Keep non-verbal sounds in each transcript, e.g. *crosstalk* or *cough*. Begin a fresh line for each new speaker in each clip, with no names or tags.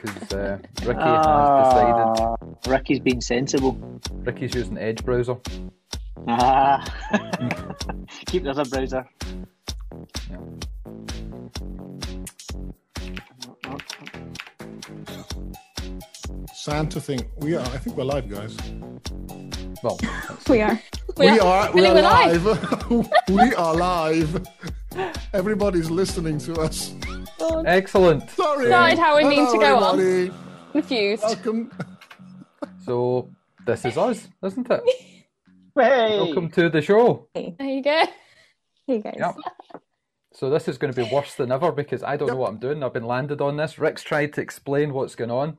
because uh, Ricky has decided
Ah, Ricky's been sensible.
Ricky's using Edge browser.
Ah. *laughs* Keep the other browser.
Yeah.
Santa thing. We are. I think we're live, guys.
Well,
We are.
We are. We
really,
are
we're live.
live. *laughs* we are live. Everybody's listening to us.
Oh,
excellent.
Sorry.
Decide how we need
Hello,
to go on.
everybody.
confused.
Welcome.
So this is us, isn't it?
Hey.
Welcome to the show.
There you go. There you go.
Yep. So this is going to be worse than ever because I don't know what I'm doing. I've been landed on this. Rick's tried to explain what's going on.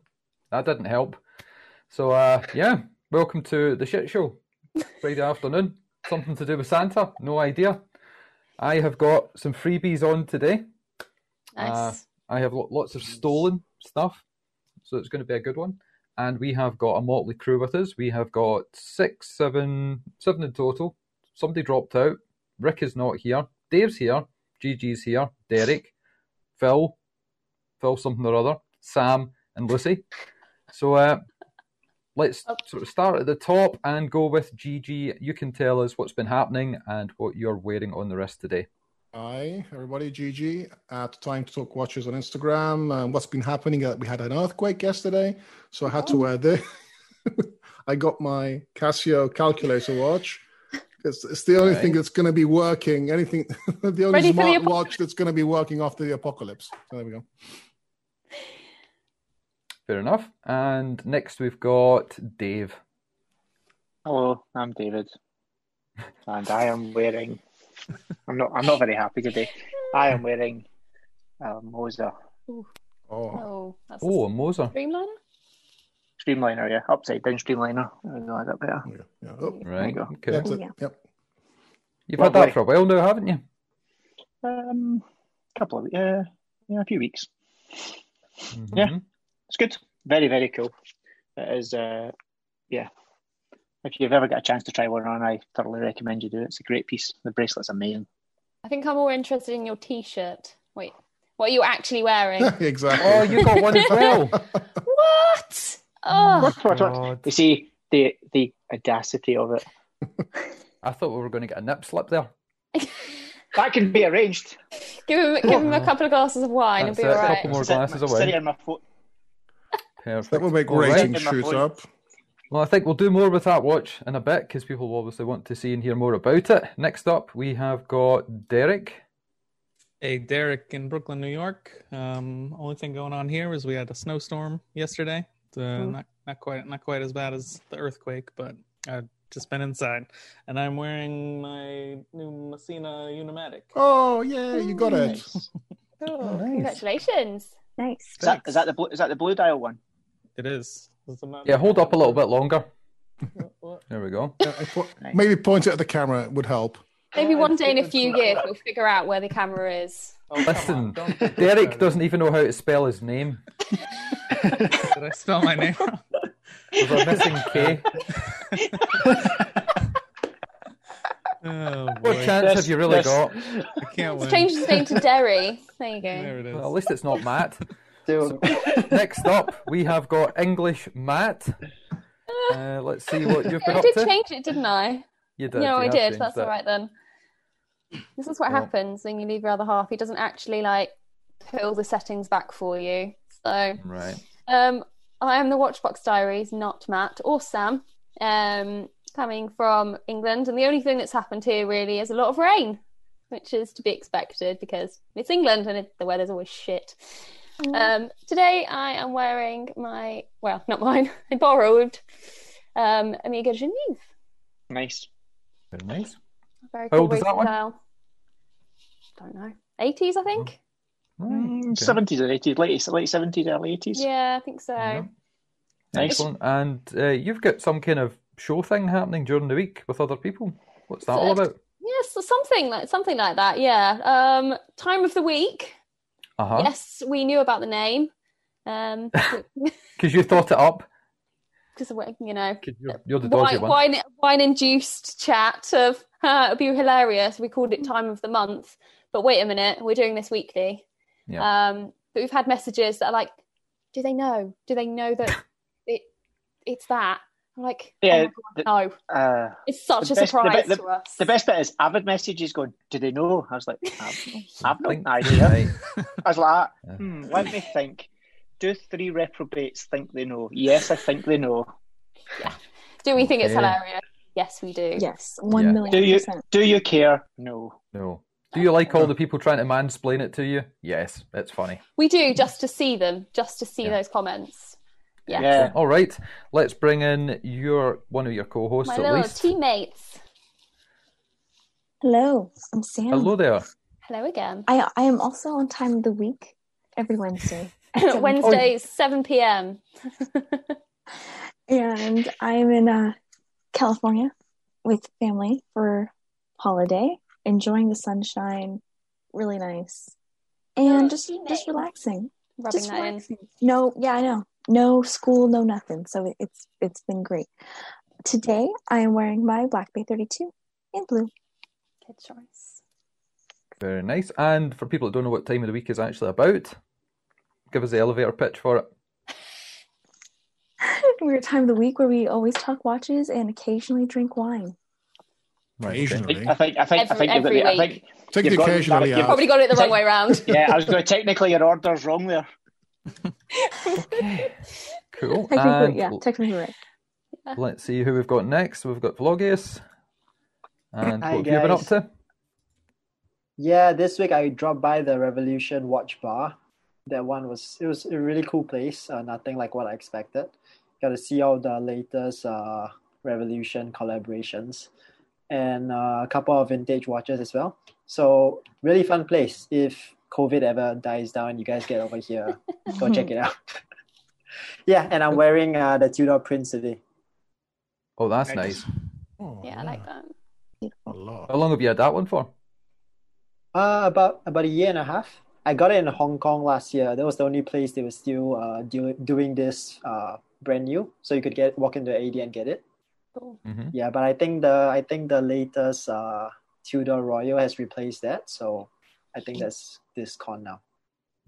That didn't help. So uh, yeah, welcome to the shit show. Friday afternoon. Something to do with Santa? No idea. I have got some freebies on today. Uh,
Nice.
I have lo- lots of stolen stuff, so it's going to be a good one. And we have got a motley crew with us. We have got six, seven, seven in total. Somebody dropped out. Rick is not here. Dave's here. Gigi's here. Derek, Phil, Phil something or other, Sam, and Lucy. So uh, let's sort of start at the top and go with Gigi. You can tell us what's been happening and what you're wearing on the wrist today.
Hi, everybody. Gigi at Time to Talk Watchers on Instagram. Um, what's been happening? Uh, we had an earthquake yesterday, so I had to wear this. *laughs* I got my Casio calculator watch. It's, it's the only
Right.
thing that's going to be working. Anything, *laughs* the only
Ready for the
smart
apo-
watch that's going to be working after the apocalypse. So there we go.
Fair enough. And next we've got Dave.
Hello, I'm David, and I am wearing. I'm not. I'm not very happy today. I am wearing um, a Moser
Oh,
Oh, that's
Oh, a Moser.
a streamliner.
Streamliner. Yeah, upside down Streamliner. There we go. Is that better?
yeah. yeah. Oh,
Right.
There you
Okay.
that's it.
Yeah.
Yep. *laughs*
You've had that for a while now, haven't you?
Um, couple of yeah, yeah, a few weeks.
Mhm.
Yeah. It's good. Very very cool. It is. Uh, yeah. If you've ever got a chance to try one on, I thoroughly recommend you do it. It's a great piece. The bracelet's amazing.
I think I'm more interested in your T-shirt. Wait, what are you actually
*laughs*
wearing?
exactly.
Oh,
*laughs*
you got one as well.
what? Oh,
What, what?
God.
You see the the audacity of it.
I thought we were going to get a nip slip there.
That can be arranged.
give him, give him a couple of glasses of wine. He'll
That's
be
it.
all
A
right.
couple more
Sit-
glasses
sit
away.
here on my phone.
Perfect.
that will make
All right.
ratings
Right.
shoot up.
Well, I think we'll do more with that watch in a bit because people will obviously want to see and hear more about it. Next up, we have got Derek.
Hey, Derek in Brooklyn, New York. Um, only thing going on here is we had a snowstorm yesterday. Uh,
Hmm.
Not not quite not quite as bad as the earthquake, but I've just been inside, and I'm wearing my new Messina Unimatic.
Oh, yeah, you got it.
Is
Oh,
Nice.
Congratulations.
Nice.
that, is that the blue, is that the blue dial one?
It is. It's the mo-
Yeah, hold up a little bit longer.
What?
There we go.
Yeah, I po- Maybe point it at the camera would help.
Maybe one day in a few years we'll figure out where the camera is.
Oh, come
Listen,
on, don't- don't
Derek
do that.
doesn't even know how to spell his name.
Did I spell my name wrong? *laughs*
There's a missing
*laughs*
K.
Oh
What
boy,
chance have you really
Yes,
got?
I can't win.
Let's change his name to Derry. There you
There *laughs*
go.
it is.
Well, at least it's not Matt.
So,
Next up, we have got English Matt. Uh, let's see what you've been
I
up
did
to.
change it, didn't I?
You did.
No,
you
I
have
did.
changed
That's
it.
all right then. This is what
Well-
happens when you leave your other half. He doesn't actually like put all the settings back for you. So
Right.
um, I am the Watchbox Diaries, not Matt or Sam, um, coming from England. And the only thing that's happened here really is a lot of rain, which is to be expected because it's England and it, the weather's always shit. Um, today I am wearing my, well, not mine, *laughs* I borrowed um, Amiga Geneve.
nice.
Very nice.
Very
How
cool
old is that one?
versatile- Don't know. 80s, I
Mm-hmm.
think.
Right. Okay.
Seventies or eighties, late late seventies, early eighties.
Yeah, I think so.
Yeah.
Nice.
Excellent. And uh, you've got some kind of show thing happening during the week with other people. What's that all
Third.
about?
Yes, so something like something like that. Yeah. Um, time of the week.
Uh huh.
Yes, we knew about the name.
*laughs*
Um,
Because you thought it up.
because you know,
'Cause You're, you're the dodgy
wine,
one.
wine, wine-induced chat of *laughs* "Huh, it'd be hilarious. We called
Mm-hmm.
it time of the month, but wait a minute, we're doing this weekly.
Yeah.
Um, but we've had messages that are like, do they know? Do they know
*laughs*
that it it's that? I'm like, oh my
Yeah,
God,
the-
no.
Uh,
It's such
The
a
best- the be-
surprise
the-
to us.
the best bit is avid messages going, Do they know? I was like, I've, I've no
Think-
idea.
*laughs* Right.
I was like,
Yeah.
hmm, Let me think. Do three reprobates think they know? Yes, I think they know.
Do we think it's
Yeah.
hilarious? Yes, we do.
Yes, one
Yeah.
million
Do you
percent.
do you care? No.
No. Do you like all the people trying to mansplain it to you? Yes, it's funny.
We do just to see them, just to see
Yeah.
those comments. Yes.
Yeah.
All right, let's bring in your one of your co-hosts
My
at
little
least.
teammates.
Hello, I'm Sam.
Hello there.
Hello again.
I I am also on time of the week every Wednesday.
*laughs* Wednesdays, 7 p.m.
Oh, and I'm in uh, California with family for holiday, enjoying the sunshine, really nice, and just just relaxing,
Rubbing
just
that
relaxing. No, yeah, I know, no school, no nothing. So it's it's been great. Today I am wearing my Black Bay 32 in blue.
in. Good choice.
Very nice. And for people that don't know what time of the week is actually about, give us the elevator pitch for it.
We're a time of the week where *laughs* we always talk watches and occasionally drink wine.
Right, okay.
I
Occasionally.
think I think I think,
Every-
I think,
every
you've got the, I
week.
think
Take the
You've got-
occasionally
you've
out.
Probably got it the wrong
*laughs*
way round.
yeah, I was going technically your order's wrong there.
Okay.
*laughs*
Uh, Cool.
Technically,
And
yeah, technically right.
let's see who we've got next. We've got Vlogius. And
Hi,
what have you been up
guys.
to?
Yeah, this week I dropped by the Revolution Watch Bar. That one was it was a really cool place. Uh, nothing like what I expected. Got to see all the latest uh, Revolution collaborations and uh, a couple of vintage watches as well. So really fun place. If COVID ever dies down, you guys get over here, go check it out. *laughs* yeah, and I'm wearing uh, the Tudor Prince today.
Oh, that's
Right.
nice.
Oh,
Yeah, I like that.
A
How
lot.
long have you had that one for?
Uh, about about a year and a half. I got it in Hong Kong last year. That was the only place they were still uh, do, doing this uh, brand new, so you could get walk into AD and get it.
Cool.
hmm
Yeah, but I think the I think the latest uh, Tudor Royal has replaced that, so I think that's this con now.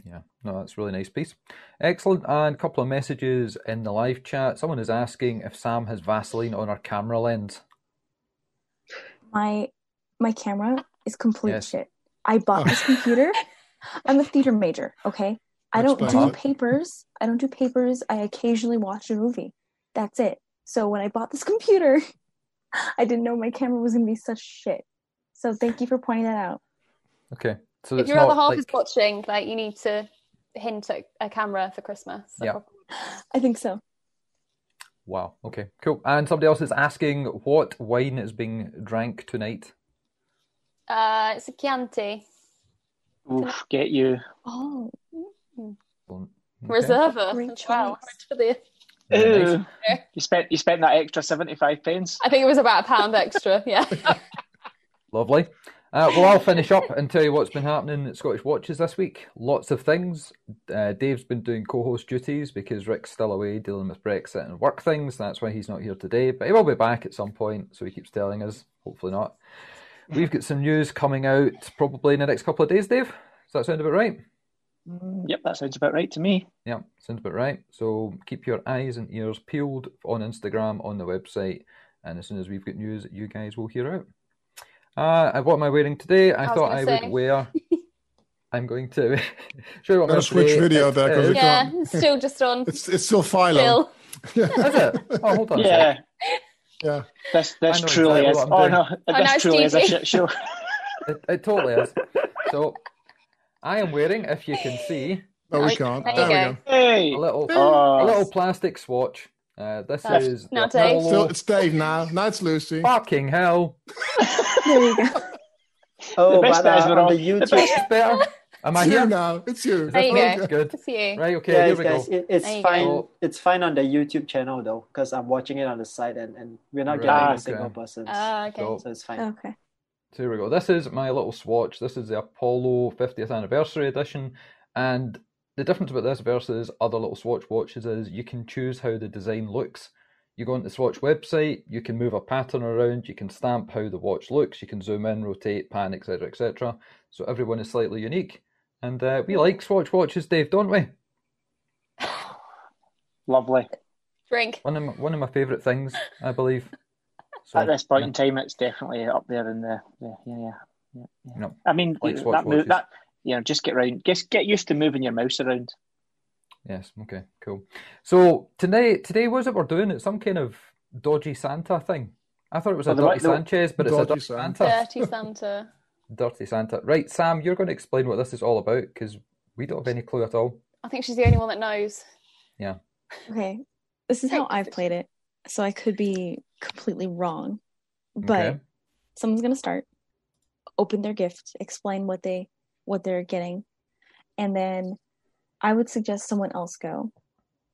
Yeah, no, that's a really nice piece. Excellent. And a couple of messages in the live chat. Someone is asking if Sam has Vaseline on her camera lens.
my my camera is complete
Yes.
shit. I bought
Oh.
this computer. I'm a theater major, okay? I
That's
don't
fine.
do
Uh-huh.
papers. I don't do papers. I occasionally watch a movie. That's it. So when I bought this computer, *laughs* I didn't know my camera was going to be such shit. So thank you for pointing that out.
Okay. So
If
it's
your other
not
half
like-
is watching, like you need to hint at a camera for Christmas.
Yeah.
I think so.
Wow. Okay. Cool. And somebody else is asking what wine is being drank tonight.
Uh, it's a Chianti.
Oof, get you.
Oh,
Well, okay.
Reserva.
Great
as well. How
choice.
much for the-
Very nice.
Ew. You spent you spent that extra seventy five pence.
I think it was about a pound extra.
*laughs*
Yeah.
Lovely. Uh, well, I'll finish up and tell you what's been happening at Scottish Watches this week. Lots of things. Uh, Dave's been doing co host duties because Rick's still away dealing with Brexit and work things. That's why he's not here today, but he will be back at some point, so he keeps telling us. Hopefully not. We've got some news coming out probably in the next couple of days, Dave. Does that sound about right?
Mm, Yep, that sounds about right to me.
Yeah, sounds about right. So keep your eyes and ears peeled on Instagram, on the website, and as soon as we've got news, you guys will hear out. Uh, and what am I wearing today? I,
I was
thought
gonna
I
say.
would
*laughs*
wear. I'm going to *laughs* show you what I'm
Gotta
gonna
switch
today.
video there, 'cause
is-
we
yeah.
can't-
it's Still just on.
It's it's still Philo. *laughs*
Still.
Yeah.
Is it? Oh, hold on. a sec.
Yeah,
yeah.
that's that's
know
truly
exactly
is.
what I'm
Oh
doing.
no, that's
no, it's
truly is a
TV.
shit show.
It, it totally is. So I am wearing, if you can see,
No, we
Like,
can't.
there you
There,
go.
we go.
hey,
a little
Oh.
a little plastic swatch. Uh, this
That's
is the
not Dave.
Apollo-
Still, it's Dave now. Now it's Lucy.
Fucking hell!
There you go.
Oh,
best
but
guys
uh,
were
on
all-
the
the
YouTube,
best-
It's better. Am I
It's you
here?
now. It's you.
Is
There
that
you
good?
go.
Good.
It's you.
Right. Okay.
guys,
here we go.
guys, it- it's
There you go.
fine.
So-
It's fine on the YouTube channel though, because I'm watching it on the side, and, and we're not
Right,
getting
okay.
a single person,
Ah, okay.
So-
so it's fine.
Okay.
So here we go. This is my little swatch. This is the Apollo 50th anniversary edition. And the difference about this versus other little Swatch watches is you can choose how the design looks. You go onto the Swatch website, you can move a pattern around, you can stamp how the watch looks, you can zoom in, rotate, pan, etc., etc. So everyone is slightly unique. And uh, we like Swatch watches, Dave, don't we?
Lovely. *laughs*
Drink.
One of my, one of my favourite things, I believe. So,
At this point in time, it's definitely up there in the, the yeah, yeah, yeah, yeah.
No.
I mean,
Like Swatch
that, move,
watches.
that you know, just get round, just get used to moving your
*laughs*
mouse around.
Yes. Okay. Cool. So today, today, what is it we're doing? It's some kind of dodgy Santa thing. I thought it was a
Well, the
dirty
right- the-
Sanchez, but it's a
Dodgy
dirty
Santa.
Santa.
Dirty Santa.
Dirty Santa. Right, Sam, you're going to explain what this is all about because we don't have any clue at all.
I think she's the only one that knows.
Okay. This is how
Take the
I've
fish.
played it. So I could be completely wrong. But
Okay.
someone's going to start, open their gift, explain what they what they're getting, and then I would suggest someone else go,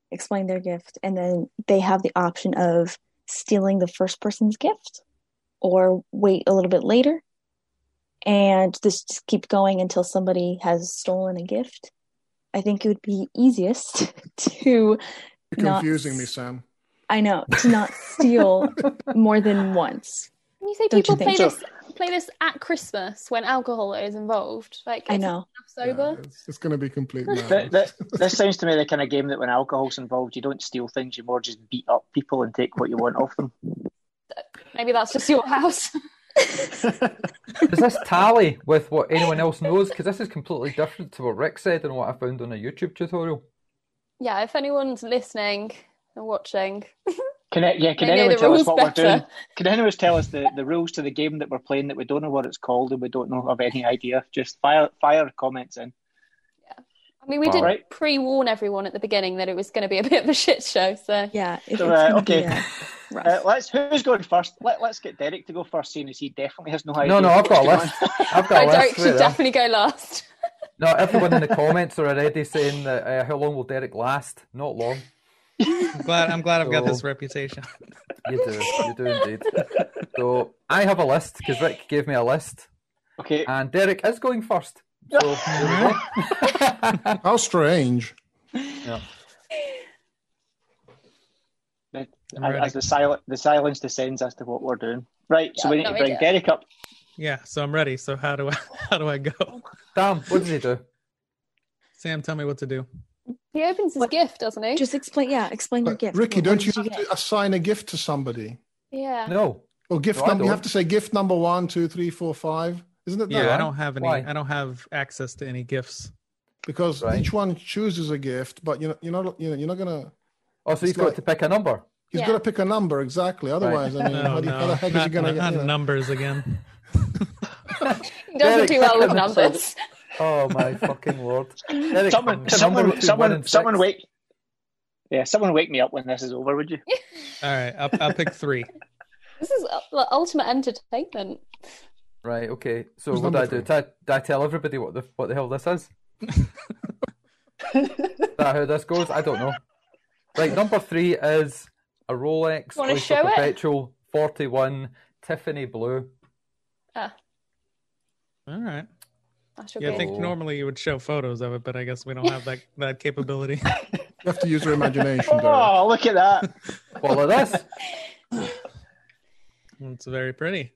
explain their gift, and then they have the option of stealing the first person's gift or wait a little bit later and just just keep going until somebody has stolen a gift. I think it would be easiest *laughs* to
You're
Not-
confusing me, Sam.
I know to not steal more than once.
When you say
Don't you
people play
think?
this play this at Christmas when alcohol is involved, like
I
it's
know.
half sober.
Yeah, it's going to be complete
Th-
madness.
th- this sounds to me the kind of game that when alcohol's involved, you don't steal things, you more just beat up people and take what you want off them.
Maybe that's just your *laughs* house.
Does this tally with what anyone else knows? Because this is completely different to what Rick said and what I found on a YouTube tutorial.
yeah, if anyone's listening and watching,
Can I, yeah, can
They know
anyone
the
tell us
rules
what
better.
we're doing? Can anyone tell us the, the rules to the game that we're playing that we don't know what it's called and we don't know of any idea? Just fire fire comments in.
I mean, we
Wow.
did
Right.
pre-warn everyone at the beginning that it was going to be a *laughs* bit of a shit show. So
Yeah. If
So,
it's
*laughs* uh,
gonna
okay.
Be, uh, rough.
Uh, let's who's going first? Let, let's get Derek to go first, seeing as he definitely has no idea.
No, no, I've got a
what's
list. I've
*laughs*
got a
No, Derek
list.
should
Wait there.
definitely go last.
No, everyone in the comments are already saying that uh, how long will Derek last? Not long.
I'm glad I'm glad I've got this
So- *laughs*
reputation.
You do. You do indeed. So I have a list because Rick gave me a list,
Okay,
Uh,
and Derek is going first. So here we go.
How strange.
I'm
as,
ready.
as the silent the silence descends as to what we're doing. Right, so
Yeah,
we need
no
to bring
idea.
Derek up.
Yeah, so I'm ready. So how do I *laughs* how do I go?
Damn, what does he do?
Sam, tell me what to do.
He opens his
What-
gift, doesn't he?
Just explain. Yeah, explain your
But
gift.
Ricky,
What-
don't
what
you
did
have
get?
to assign a gift to somebody?
yeah.
No.
Or gift
No, I
number? You
don't.
have to say gift number one, two, three, four, five. Isn't it that?
Yeah, I
right?
don't have any
Why?
I don't have access to any gifts.
Because
Right.
each one chooses a gift, but you're, you're not. You know, you're not gonna.
Oh, so he's
It's
got
like-
to pick a number.
He's
Yeah.
got to pick a number exactly. Otherwise, I mean,
*laughs* No,
how, do, you- how
*laughs* no,
the heck is he
not,
gonna
not
get? You know?
numbers again.
He doesn't
Derek,
do
*laughs*
well with
second episode.
numbers.
Oh my fucking lord! Derek,
Someone,
um,
pick a number
someone,
between one
someone,
and
someone,
six.
wake. Yeah, someone wake me up when this is over, would you?
*laughs* All right, I'll, I'll pick three.
This is uh, like, ultimate entertainment.
Right. Okay. So
Who's
what
number
do I do?
three?
Did I, did I tell everybody what the what the hell this is? is that how this goes? I don't know. Right. Number three is a Rolex
Wanna
Oyster
show it?
Perpetual Forty One Tiffany Blue.
All right.
I shall
Yeah, I
go.
think
Oh.
normally you would show photos of it, but I guess we don't have that that capability. *laughs*
You have to use your imagination. Derek.
Oh, look at that!
Follow this.
It's very pretty.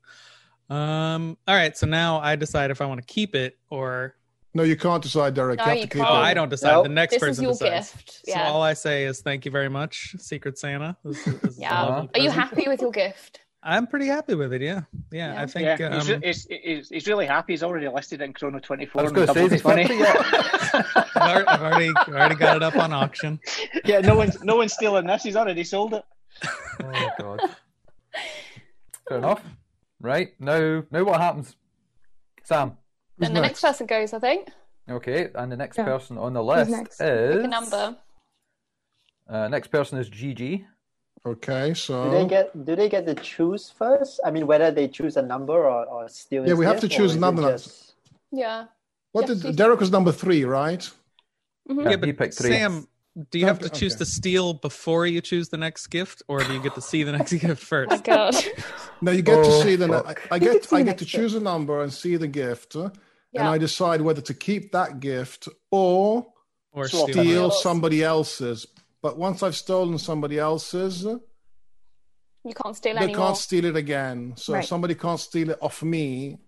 Um. All right. So now I decide if I want to keep it or
No, you can't decide, Derek.
No,
you have
you
to keep
oh,
can't.
I
it.
don't decide.
No.
The next
This is
person
your
decides.
gift.
So
Yeah.
all I say is thank you very much, Secret Santa. This is- this is a
Yeah.
lovely
Are you
present.
happy with your gift?
I'm pretty happy with it. Yeah. Yeah.
Yeah.
I
Yeah,
think.
he's,
um,
he's, he's, he's really happy. He's already listed it in Chrono Twenty
I
Four
was
and
going to say,
doubled
is he fifty
his money.
yet?
I've already, I've already I've already got it up on auction.
*laughs* yeah, no one's no one's stealing this. He's already sold it.
Oh god.
*laughs*
Fair enough. Right. Now, now what happens? Sam.
Who's
Then the next person goes, I think.
Okay, and the next
Yeah.
person on the
Who's
list
next? Pick
is
Pick a number.
Uh, next person is Gigi.
Okay,
Do they
so
get do they get to choose first? I mean, whether they choose a number or, or still.
Yeah, we have to choose number.
Yeah.
what
Yes,
did
please.
Derek was number three, right?
Mhm.
Yeah,
Yeah,
he
but
picked three.
Sam, do you
Okay,
have to choose
okay.
to steal before you choose the next gift, or do you get to see the next *laughs* gift
Oh *laughs* my
first?
god.
No, you get
Oh,
to see the. I,
fuck.
I
You
get.
can see
I get to
the next gift.
choose a number and see the gift, uh, and
*laughs* Yeah.
I decide whether to keep that gift or
Or
Swap.
steal?
steal
else.
somebody else's. But once I've stolen somebody else's, uh,
You can't steal
they
anymore.
can't steal it again. So
Right.
somebody can't steal it off me.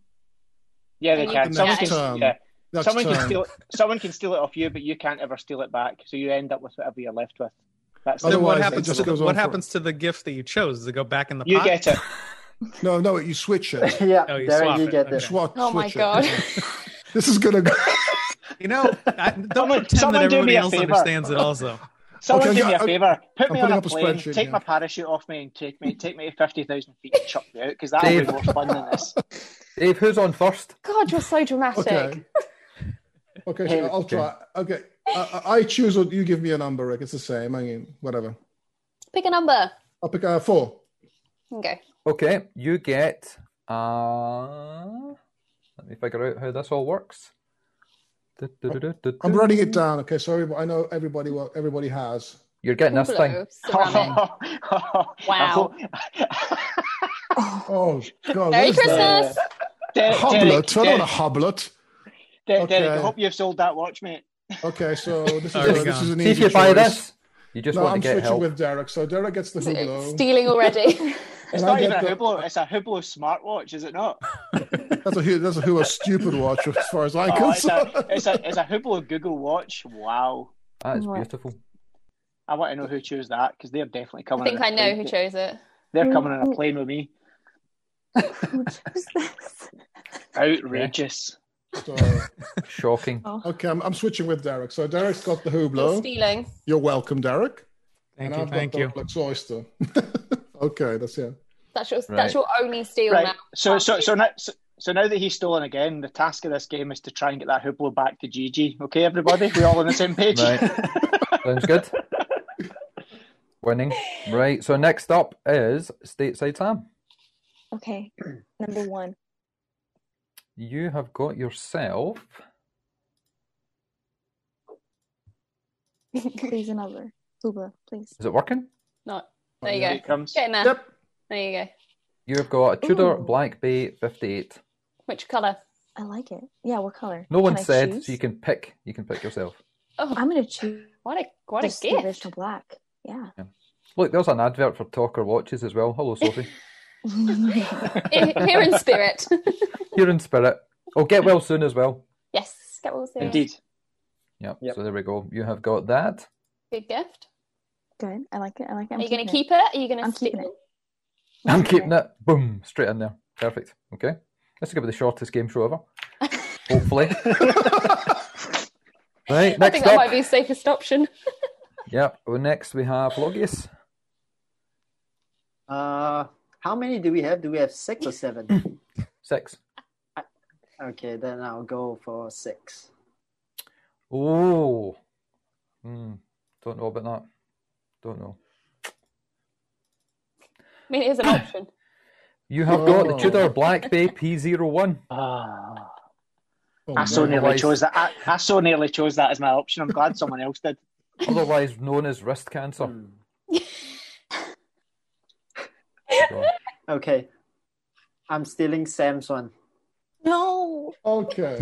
Yeah, they
Yeah,
can.
the
Someone
next
can,
term.
yeah.
That's um,
someone
time.
can steal. Someone can steal it off you, but you can't ever steal it back. So you end up with whatever you're left with. That's
Then
Otherwise,
what
it
happens?
just
To the,
goes on
what
for-
happens to the gift that you chose? Does it go back in the
you
pot?
get it.
No, no, you switch
*laughs*
it.
*laughs* yeah,
Oh, you
Derek,
swap
you
it.
get
Okay.
it.
Swat,
Oh my
switch it.
god.
*laughs* This is gonna go.
*laughs* You know,
*laughs*
I, don't
Someone-
pretend
someone
that
do me
everybody
a
else
favor.
understands
*laughs*
it. Also,
Someone
Okay,
do
yeah,
me a
I-
favour. Put
I'm
me on
putting
a
up a
plane,
spreadsheet
take my
here.
parachute off me, and take me take me fifty thousand feet and chuck me out because that'll
Dave.
be more fun than
*laughs*
this.
Dave, who's on first?
God, you're so dramatic.
Okay. Okay, so
Hey,
I'll try. Okay, I, I I choose. Or you give me a number, Rick. It's the same. I mean, whatever.
Pick a number.
I'll pick uh, four.
Okay.
Okay, you get. Uh, let me figure out how this all works. Du-du-du-du-du-du.
I'm writing it down. Okay, sorry, but I know everybody. What everybody has.
You're getting this thing.
Hublot,
Um,
ceramic.
*laughs* I hope-
Oh God!
Merry
what is that?
Christmas.
Derek, Derek,
Hoblet. I don't
Derek,
want a hoblet.
Derek, Derek, I
Okay.
hope you've sold that watch, mate.
Okay, so this is, a,
Already
this
gone.
is an
See
easy
if you buy
choice.
this. You just
No,
want
I'm
to get
switching
help.
with Derek. So Derek gets the Hublot.
Stealing already.
It's
And I
not even
get
a
the-
Hublot, it's a Hublot smartwatch, is it not?
That's a Hu- that's a Hublot stupid watch, as far as I'm
Oh, it's
concerned. *laughs*
a it's a it's a Hublot Google Watch. Wow.
That is
Right.
beautiful.
I want to know who chose that because they're definitely
I
coming.
think
on a
I know
plane.
who chose it.
They're coming on a plane with
*laughs*
me.
Who chose this?
Outrageous.
So,
*laughs*
Shocking.
okay, I'm, I'm switching with Derek. So Derek's got the
You're
Hublot.
stealing.
You're welcome, Derek.
thank
and
you,
I've
thank
got
you.
the Rolex Oyster. *laughs* okay, that's it.
That's your
Right.
that's your only steal
Right.
now.
So so so now so, so now that he's stolen again, the task of this game is to try and get that Hublot back to Gigi. Okay, everybody, we all on the same page. *laughs*
Right. Sounds good. Winning. Right. So next up is Stateside Sam.
Okay, number one.
You have got yourself.
*laughs*
Please another. Hublot, please.
Is it working?
No. There you
Here
go.
it comes.
Get in there.
Yep.
There you go.
You have got a Tudor
Ooh.
Black Bay 58.
Which colour?
I like it. Yeah, what color?
No one
Can I
said,
choose?
so you can pick. You can pick yourself.
Oh,
I'm gonna choose
what a what
just
a
the original
gift.
black. *laughs* Yeah.
Look, there's an advert for Talker watches as well. Hello,
*laughs*
Sophie.
In- Here in spirit. *laughs*
Here in spirit. Oh, get well soon as well.
yes. Get all serious.
Indeed.
Yep.
Yep.
So there we go. You have got that.
Good gift.
Good. I like it. I like it. I'm
Are you going to
keeping it.
keep it? Are you going
I'm
to steal
keeping it.
I'm keeping it. Boom. Straight in there. Perfect. Okay. This is going to be the shortest game show
*laughs*
ever. Hopefully. right.
I think
Next
that
up.
might be the safest option.
Yep. Well, next we have Logius.
Uh, how many do we have? Do we have six
*laughs*
or seven?
Six.
okay, then I'll go for six.
Oh. Hmm. Don't know about that. Don't know.
I mean, it
*laughs*
is an option.
You have got the
Oh.
*laughs*
Tudor Black Bay P01.
Ah.
Oh,
I so
no.
Derek.
nearly chose that. I, I so nearly chose that as my option. I'm glad someone else did.
Otherwise known as wrist cancer.
Hmm.
So,
Okay, I'm stealing Sam's one.
No.
*laughs*
Okay.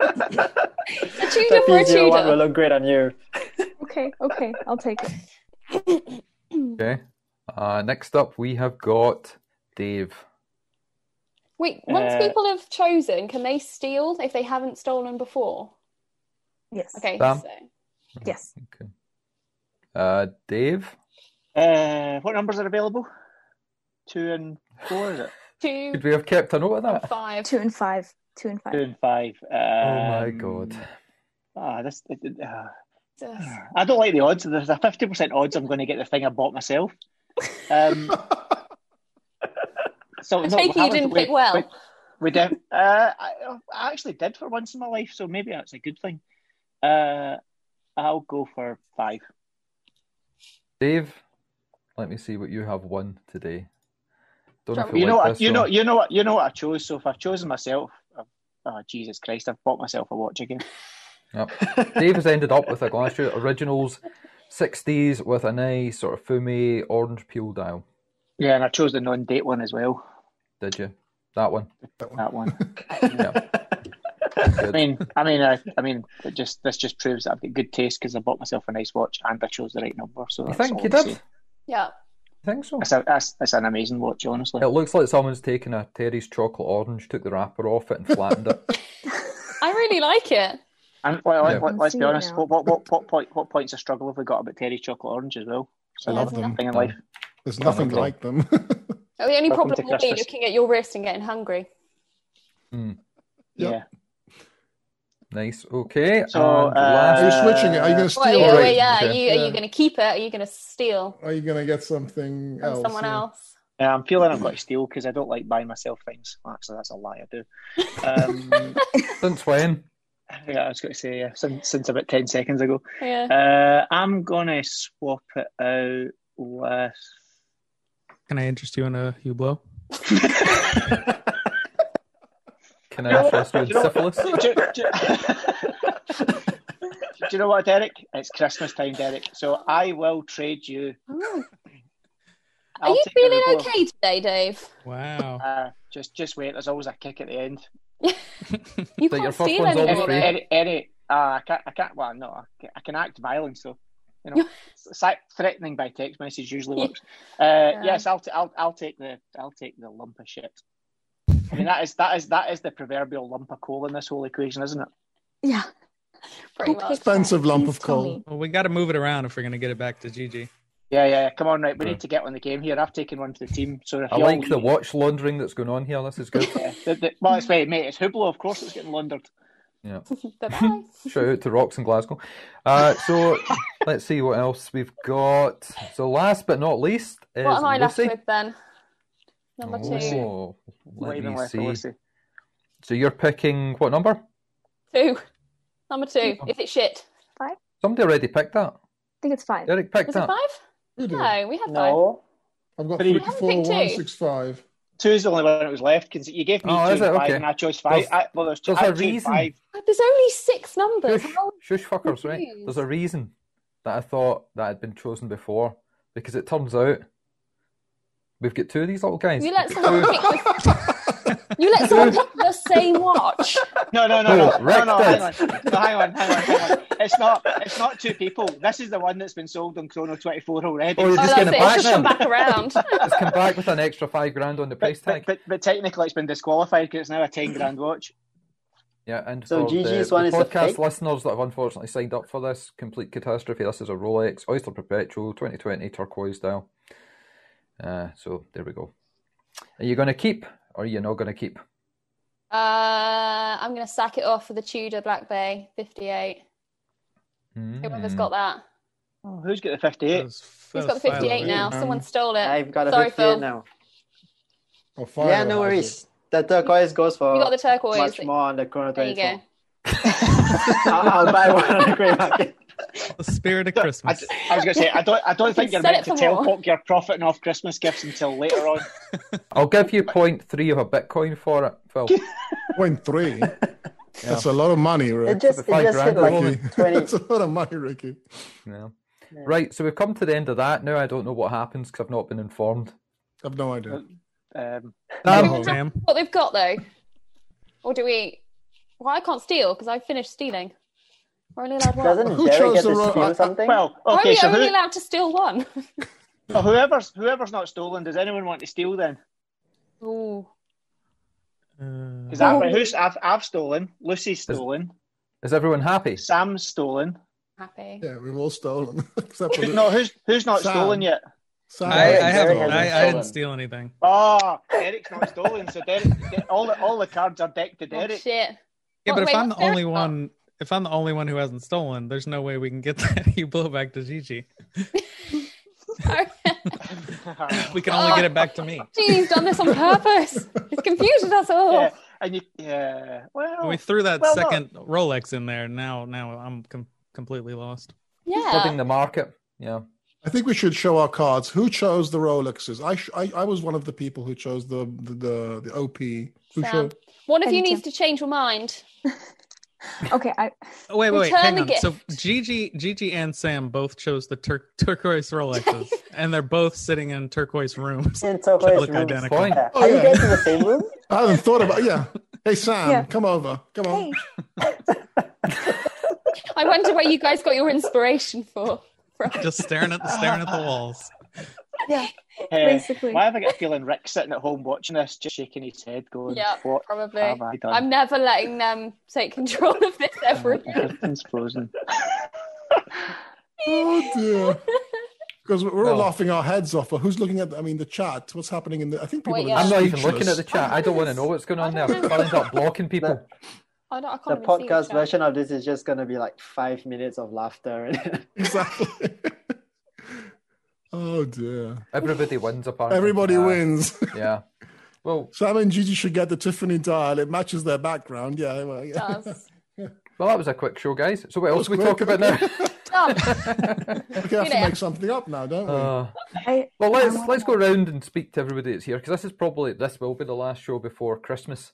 A Tudor for a
P01 will
Tudor.
look great on you.
Okay. Okay. I'll take it.
*laughs*
*laughs*
okay. Uh, next up we have got Dave.
Wait, once
Uh,
people have chosen, can they steal if they haven't stolen before?
Yes.
Okay,
Sam?
so
Yes.
Okay. Uh, Dave.
Uh, what numbers are available? Two and four, is it?
two,
Could we have kept a note of that?
five.
Two and five. Two and
Two
five.
and five.
Oh my
Um,
god.
Ah, this. it- it- ah.
Jesus.
I don't like the odds. There's a fifty percent odds I'm going to get the thing I bought myself.
*laughs*
Um, so
I
no,
take it you
Alan,
didn't
we-
pick well.
We, we did. Uh, I, I actually did for once in my life, so maybe that's a good thing. Uh, I'll go for five.
Dave, let me see what you have won today. Don't know if
Trouble.
you'll
you know,
like
what,
this
you
one.
know, you know what, you know what I chose. So if I've chosen myself, I've, oh Jesus Christ, I've bought myself a watch again.
Yep. Dave has ended up with a Glacier Originals 60s with a nice sort of Fumi orange peel dial.
Yeah, and I chose the non-date one as well.
Did you? That one.
That one. I
Good.
mean, I mean, I, I mean, it just this just proves that I've got good taste because I bought myself a nice watch and I chose the right number. So
You
that's
think you
all I'm
did?
saying.
You
Yeah.
think so?
That's, a, that's, that's an amazing watch, honestly.
It looks like someone's taken a Terry's chocolate orange, took the wrapper off it, and flattened it.
I really like it.
And well,
Yeah.
let, let,
I'm
let's
seeing
be
it
honest.
now.
What, what, what, what, point, what points of struggle have we got about Terry chocolate orange as well?
I
So
love
Yeah.
them.
thing in
Done.
life.
There's nothing
Wonderful.
like them. *laughs*
The only
Welcome
problem
to
will be
Christmas.
looking at your wrist and getting hungry.
Yep.
Yeah.
Nice. Okay.
So
and last.
Are you switching it? Are you
uh,
going to
What,
steal
yeah,
All
it?
right,
well, yeah,
okay.
are you, Are
Yeah.
you going to keep it? Are you going to steal
Are you going to get something
from
Oh,
else?
someone
yeah?
else?
Yeah, I'm feeling I've got to steal because I don't like buying myself things. Well, actually, that's a lie. I do.
*laughs*
Um,
Since when?
yeah, I was going to say yeah, since, since about ten seconds ago.
Yeah.
Uh, I'm gonna swap it out with.
Can I interest you in a Hublot?
Can I interest you in
Do you know-
syphilis?
do, do- do- do you know what, Derek? It's Christmas time, Derek. So I will trade you.
Oh. Are
I'll
you
take the
feeling
Hublot.
okay today, Dave?
Wow.
*laughs* Uh, just, just wait. There's always a kick at the end.
You
But your
can't
first
steal
one's always
anymore.
Any,
free.
though.
any, any uh, I can't, I can't. Well, no, I can, I can act violent, so you
*laughs*
know, si- threatening by text message usually works. Uh,
Yeah.
Yes, I'll, t- I'll, I'll take the, I'll take the lump of shit. I mean, that is, that is, that is the proverbial lump of coal in this whole equation, isn't it?
Yeah.
Pretty
Who
much.
picked
Expensive
that?
lump
Please
of
tell
coal.
me.
Well, we got to move it around if we're going to get it back to Gigi.
Yeah, yeah. yeah. Come on, right. We
Yeah.
need to get on the game here. I've taken one for the team. So if
I
you all
like the
leave-
watch laundering that's going on here. This is
*laughs*
good.
Yeah, the, the, well, it's wait, mate. It's Hublot, of course. It's getting laundered.
Yeah. *laughs*
Bye bye.
Shout out to Rocks in Glasgow. Uh, so let's see what else we've got. So last but not least is
What am I left
Lucy.
with then? Number two.
Oh,
Not
let
even
me
left for
see.
Lucy.
So you're picking what number?
Two. Number two. Is it shit?
Somebody already picked that.
I think it's five.
Derek picked
Was it
that.
five?
Who did?
No, we had five.
No,
I've got
Three.
three, four,
Haven't
one,
picked two.
six, five.
two's the only one that was left because you gave me
Oh,
two
is
and
it?
five,
Okay.
and I chose five.
There's-
I, well, there's two.
there's a
I chose
reason.
five.
God, There's only six numbers.
Shush,
How-
shush fuckers, right? There's a reason that I thought that had been chosen before because it turns out we've got two of these little guys.
You
We've
let
got
someone
two- *laughs*
pick the, you let someone pick the same watch.
No, no, no, no,
Oh,
no, no, hang on,
Rick
no, hang on, hang on, hang on. It's not, it's not two people. This is the one that's been sold on Chrono Twenty Four already.
Oh,
Oh,
you're just
that's it.
getting it
It's
back
just come
then. *laughs*
back around.
It's come back with an extra five grand on the price
but, but,
tag.
but, but technically, it's been disqualified because it's now a ten grand watch.
Yeah, and
So
for the,
GG's
the
one is a
podcast
fake?
listeners that have unfortunately signed up for this complete catastrophe, this is a Rolex Oyster Perpetual 2020 turquoise style. Uh, so there we go. Are you going to keep or are you not going to keep?
Uh, I'm going to sack it off for the Tudor Black Bay 58.
Hmm.
Whoever's got that.
Oh, who's got the fifty-eight?
He's got the 58 now.
Um,
Hmm.
Someone stole it.
I've got a
Uh, Sorry,
58
Phil.
now.
Or five
yeah, no
has it.
worries. The turquoise goes for
You got the turquoise.
much more on the Chrono
There you
24.
go.
*laughs* I'll, I'll buy one on the grey
*laughs*
market.
The spirit
*laughs*
of
I,
Christmas.
I was going to say, I don't, I
*laughs*
don't think you're
Set
meant
it
to
for
tell
more.
folk you're profiting off Christmas gifts until later
*laughs*
on.
I'll give you 0.3 of a Bitcoin for it,
*laughs*
Phil.
Point
*laughs*
three. That's a lot of money,
It
Rick.
the
just, it
five
just
grand at
hit
the
like
moment.
That's *laughs*
*laughs* 20.
a lot of money, Ricky.
No. Right, so we've come to the end of that. Now I don't know what happens because I've not been informed.
I've no idea.
Um,
Sam,
Oh.
Sam,
What they've got though, or do we? Well, I can't steal because I finished stealing. We're only allowed one.
Doesn't
Who
Derek
chose
get
the
to
wrong- I- I-
steal something?
well,
Why
okay, so
are we only
who,
allowed to steal one?
well, whoever's whoever's not stolen, does anyone want to steal then?
Ooh.
*laughs*
uh,
Because I've, who's- I've, I've stolen, Lucy's stolen,
is everyone happy?
Sam's stolen.
Happy.
Yeah, we've all stolen. *laughs*
*laughs*
Except for
No, who's who's not
Sam.
stolen yet?
Sam.
I, I
Derek
haven't.
hasn't
I, I didn't
stolen.
steal anything.
Oh, Derek's not stolen, so Derek, De- all the, all the cards are decked to *laughs*
Oh,
Derek.
shit. *laughs*
Yeah,
What-
but if
wait,
I'm the
what's Derek
only
got?
one, if I'm the only one who hasn't stolen, there's no way we can get *laughs* that Hublot back to Gigi. We can only get it back to me.
Gee, he's done this on purpose. He's confused us all.
yeah, and you, yeah, well,
Oh.
We threw that
Well, no.
second Rolex in there. Now, now I'm com- completely lost.
Yeah.
Flooding the market. Yeah.
I think we should show our cards. Who chose the Rolexes? I sh- I, I was one of the people who chose the the the, the OP. Who
Sam.
chose?
One of you
Thank you.
needs to change your mind.
Okay, I
Oh, wait, wait, wait.
Return
Hang
the
on. So Gigi, Gigi, and Sam both chose the tur-
*laughs*
turquoise Rolexes, and they're both sitting in turquoise
*laughs*
rooms.
In
that
turquoise
look
rooms.
identical.
Point.
Yeah.
Oh,
Are you
yeah.
guys in the same room?
I haven't thought about. Yeah. Hey Sam,
Yeah.
come over. Come on.
hey,
I wonder where you guys got your inspiration for. From.
Just staring at the staring at the walls.
Yeah,
Hey,
basically.
why have I got a feeling Rick's sitting at home watching this, just shaking his head, going,
Yeah,
"What
probably.
have I done?"
I'm never letting them take control of this
*laughs*
ever
Oh,
again.
Everything's frozen.
Oh
*laughs*
dear. Because we're
Well-
all laughing our heads off. But who's looking at? I mean, the chat. What's happening in the? I think people.
Wait,
are
yeah.
I'm not even
speechless.
looking at the chat. I don't want to know what's going on
*laughs*
there. I'll end up blocking people.
I don't, Oh, I can't
The
even see your
podcast
chat.
version of this is just going to be like five minutes of laughter. and- *laughs*
exactly. *laughs* oh dear!
Everybody wins apart.
Everybody
yeah.
wins. *laughs*
Yeah. Well,
Sam and Gigi should get the Tiffany dial. It matches their background. Yeah. Well,
It
yeah. *laughs*
does.
well, that was a quick show, guys. So what else do we
quick.
talk about now?
*laughs*
*laughs*
Stop.
We have
You
to
know.
make something up now, don't
*laughs*
we?
Uh,
I,
well,
I
let's
wanna
let's go
know.
around and speak to everybody that's here because this is probably this will be the last show before Christmas.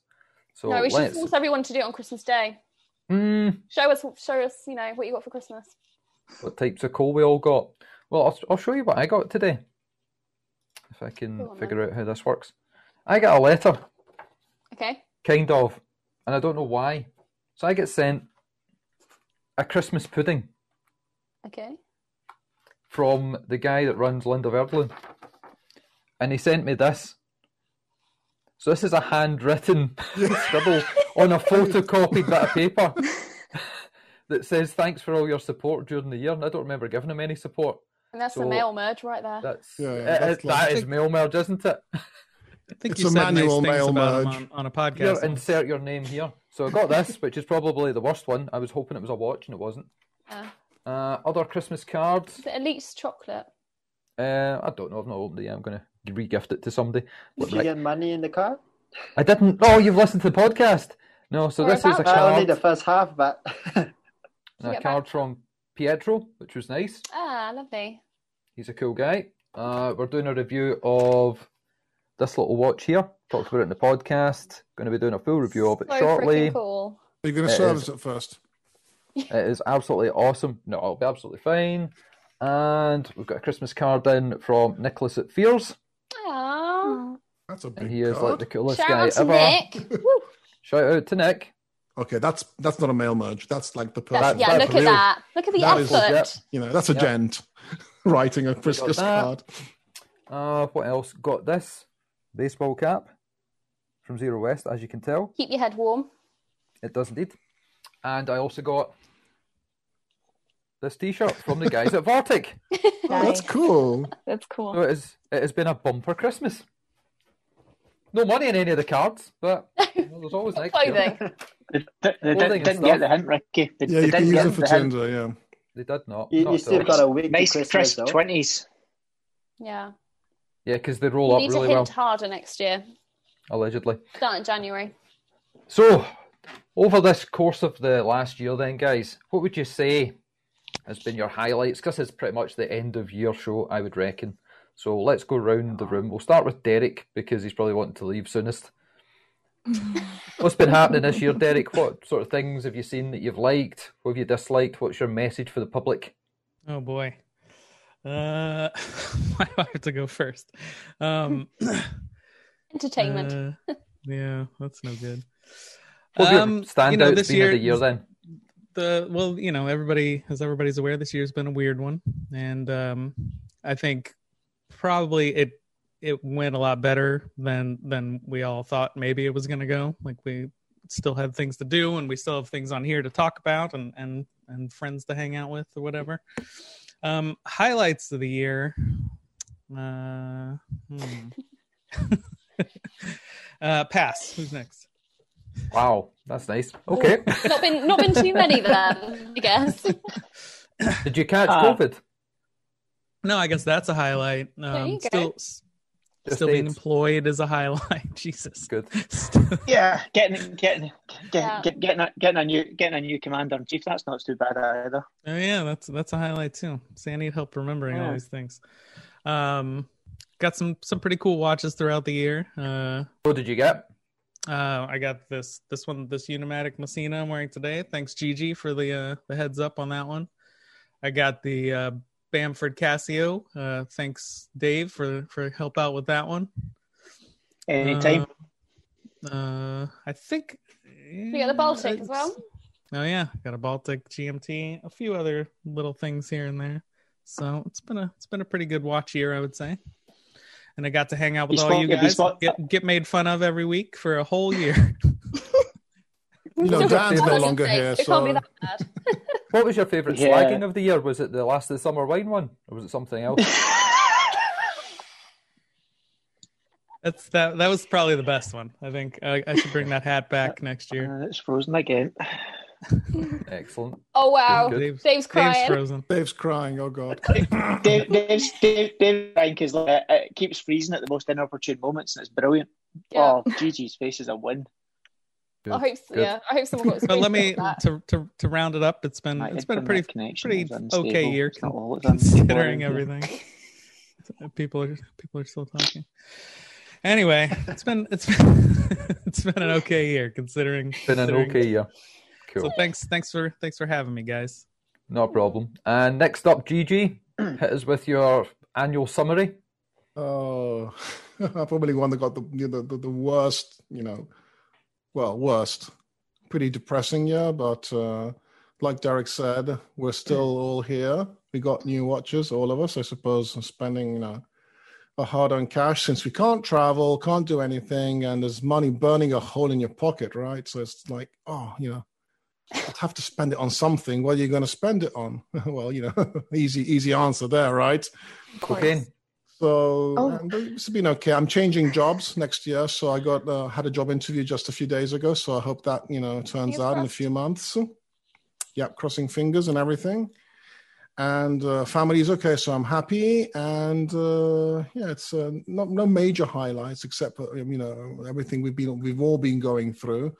So
no, we should
let's.
force everyone to do it on Christmas Day.
Mm,
Show us, show us, you know, what you got for Christmas.
what types of coal we all got? Well, I'll, I'll show you what I got today. If I
Go
can
on,
figure out how this works, I got a letter.
Okay.
kind of, and I don't know why. So I get sent a Christmas pudding
Okay.
from the guy that runs Linda Verdlin, and he sent me this. So this is a handwritten *laughs* scribble on a photocopied bit of paper
*laughs*
that says thanks for all your support during the year, and I don't remember giving him any support.
And that's the
So-
mail merge right there.
That's,
Yeah, yeah,
it-
that's
it- that
class.
is mail merge, isn't it?
I think
It's
you
a
said nice
manual
things
mail
about him
merge.
on, on a
Here,
podcast.
insert your name here. So I got this, which is probably the worst one. I was hoping it was a watch, and it wasn't.
Ah.
Uh, other Christmas cards.
Is it Elite's chocolate?
Uh, I don't know. I've not opened it yet. I'm going to regift it to somebody. But
Did you
right-
get money in the car?
I didn't. Oh, you've listened to the podcast. No, so
Or a
this is a
voucher.
Uh, only
card,
the first half, but *laughs*
you
a
get
card
back?
from Pietro, which was nice.
Ah, lovely.
He's a cool guy. Uh, we're doing a review of this little watch here. Talked about it in the podcast. Going to be doing a full review of it
so
shortly.
freaking cool.
Are you going to
It
serve
is.
us at first?
It is absolutely awesome. No, it'll be absolutely fine. And we've got a Christmas card in from Nicholas at Fears,
Aww.
That's a big
and he is like
card.
the coolest
Shout
guy
out to
ever.
Nick. Woo.
Shout out to Nick.
Okay, that's that's not a mail merge. That's like the person.
That's, yeah,
that's
look
real.
at that. Look at the
That is-
effort.
yeah.
You know, that's a
Yeah.
gent *laughs* writing a Christmas
that.
card.
Uh, what else? Got this baseball cap from Zero West, as you can tell.
Keep your head warm.
It does indeed. And I also got this T-shirt from the guys
*laughs*
at Vartic.
Oh, that's cool.
That's cool.
So it, is, it has been a bumper Christmas. No money in any of the cards,
*laughs*
but you know, there's always next year.
Clothing.
*laughs*
they they- they
Clothing and
didn't get
stuff.
the hint, Ricky. They,
Yeah,
they
you can
didn't
use
get
it for
the hint.
Tinder. Yeah.
They did not.
you,
not
you still
really.
got a week
Nice
to Christmas,
crisp
though.
twenties.
yeah.
Yeah, because they roll
You
up
need
really
to
well,
hint harder next year.
allegedly.
Start in January.
So, over this course of the last year, then, guys, what would you say has been your highlights? Because it's pretty much the end of year show, I would reckon. So, let's go round the room. We'll start with Derek because he's probably wanting to leave soonest. What's been happening this year, Derek? What sort of things have you seen that you've liked? What have you disliked? What's your message for the public?
Oh boy. Uh, *laughs* I have to go first. Um,
Entertainment.
uh, yeah, that's no good.
What have
Um,
your standouts
you know, this
been
year-
of the year then?
the well, you know, everybody as everybody's aware, this year's been a weird one, and um, I think probably it it went a lot better than than we all thought maybe it was going to go. Like we still had things to do, and we still have things on here to talk about, and and and friends to hang out with or whatever. Um, highlights of the year. Uh, hmm. *laughs* uh, pass. Who's next?
Wow, that's nice. Okay.
Not been not been too many then,
*laughs*
I guess.
Did you catch
Ah.
COVID?
No, I guess that's a highlight.
you
Um,
go.
still,
Just
still being
AIDS.
employed is a highlight. *laughs* Jesus.
Good.
Still-
Yeah, getting getting
Yeah.
get, get, getting a, getting a new getting a new commander in chief. That's not too bad either.
oh yeah, that's that's a highlight too. See, I need help remembering all
Yeah.
these things. Um, got some some pretty cool watches throughout the year. Uh,
What did you get?
uh, I got this this one this Unimatic Messina I'm wearing today. Thanks Gigi for the uh, the heads up on that one. I got the uh, Bamford Casio. Uh, thanks Dave for for help out with that one.
Anytime. *laughs*
Uh, uh, I think
We got the Baltic as well.
Oh yeah, got a Baltic GMT, a few other little things here and there. So it's been a it's been a pretty good watch year, I would say. and I got to hang out with
Be
all you
smart, yeah, be
guys.
smart.
Get get made fun of every week for a whole year. *laughs*
You
*laughs*
know, Dan's
For
no
goodness
longer
sake,
here,
It can't be
so
that bad.
What was your favourite
Yeah.
slagging of the year? Was it the last of the summer wine one, or was it something else?
*laughs*
That's that. That was probably the best one. I think I, I should bring that hat back next year.
Uh, it's frozen again.
Excellent.
Oh wow,
Good.
Dave's
Dave's, Dave's
crying.
frozen.
Dave's crying. Oh God.
Dave, Dave's, Dave, Dave Rank is like, it keeps freezing at the most inopportune moments, and it's brilliant.
Yeah.
Oh, Gigi's face is a
*laughs*
win.
I hope.
Good.
Yeah, I hope someone got.
But let
screenshot
me
*laughs* of that.
to, to to round it up. It's been
My
it's been a
internet
pretty
connection
pretty
is unstable.
okay year
It's not all it's unstable around
considering
here.
everything.
*laughs*
people are people are still talking. Anyway, it's been it's been, *laughs* it's been an okay year considering.
Been an
considering-
okay year. Cool.
So thanks thanks for thanks for having me, guys.
No problem. And next up, Gigi, hit us with your annual summary.
Oh, *laughs* I'm probably one that got the, you know, the the worst, you know, well, worst. Pretty depressing, yeah. But uh, like Derek said, we're still all here. We got new watches, all of us. I suppose spending you know, a hard-earned cash since we can't travel, can't do anything, and there's money burning a hole in your pocket, right? So it's like, oh, you know, I'd have to spend it on something. What are you going to spend it on? *laughs* well, you know, easy, easy answer there, right?
Of course.
Cocaine.
So
Oh.
and it's been okay. I'm changing jobs next year, so I got uh, had a job interview just a few days ago. So I hope that you know turns
Fingers
out in a
crossed.
few months. Yep, crossing fingers and everything. And uh, family is okay, so I'm happy. And uh, yeah, it's uh, not no major highlights except for um, you know everything we've been we've all been going through.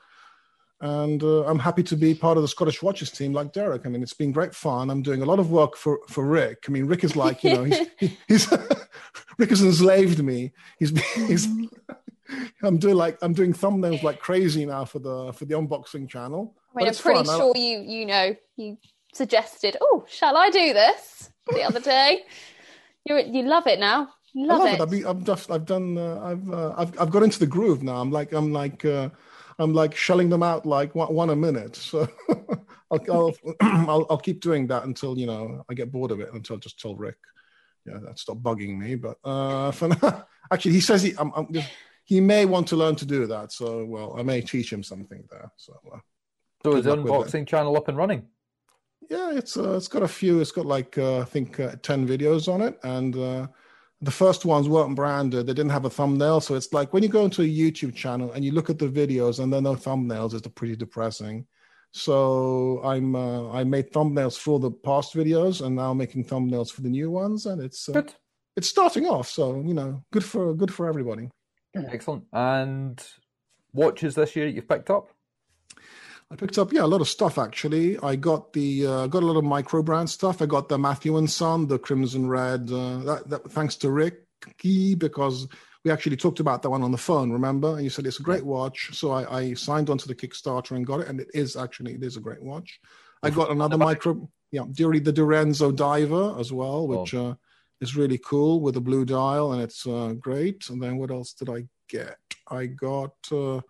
And uh, I'm happy to be part of the Scottish Watches team, like Derek. I mean, it's been great fun. I'm doing a lot of work for for Rick. I mean, Rick is like you know he's he's *laughs* Rick has enslaved me. He's, *laughs* he's I'm doing like I'm doing thumbnails like crazy now for the for the unboxing channel.
I mean,
But
I'm
it's
pretty
fun. I-
sure you you know you suggested. Oh, shall I do this the other day? You you love it now. You Love,
I love it. I've, been, I've, just, I've done. Uh, I've, uh, I've I've got into the groove now. I'm like I'm like uh, I'm like shelling them out like one, one a minute. So *laughs* I'll I'll, *clears throat* I'll I'll keep doing that until you know I get bored of it. Until just tell Rick, yeah, that stop bugging me. But uh, for now, *laughs* actually, he says he I'm, I'm just, he may want to learn to do that. So well, I may teach him something there. So. Uh,
So is the
Good luck with
unboxing channel up and running?
yeah it's uh, it's got a few it's got like uh, i think uh, 10 videos on it and uh, the first ones weren't branded they didn't have a thumbnail so it's like when you go into a youtube channel and you look at the videos and there are no thumbnails it's pretty depressing so i'm uh, i made thumbnails for the past videos and now making thumbnails for the new ones and it's uh,
Good.
it's starting off so you know good for good for everybody
Excellent. And watches this year that you've picked up?
I picked up yeah a lot of stuff actually. I got the uh, got a lot of micro brand stuff. I got the Matthew and Son, the Crimson Red. Uh, that, that thanks to Ricky because we actually talked about that one on the phone. Remember? And you said it's a great watch, so I, I signed onto the Kickstarter and got it, and it is actually it is a great watch. I got another micro yeah Duri the Dorenzo Diver as well, which uh, is really cool with a blue dial and it's uh, great. And then what else did I get? I got. Uh,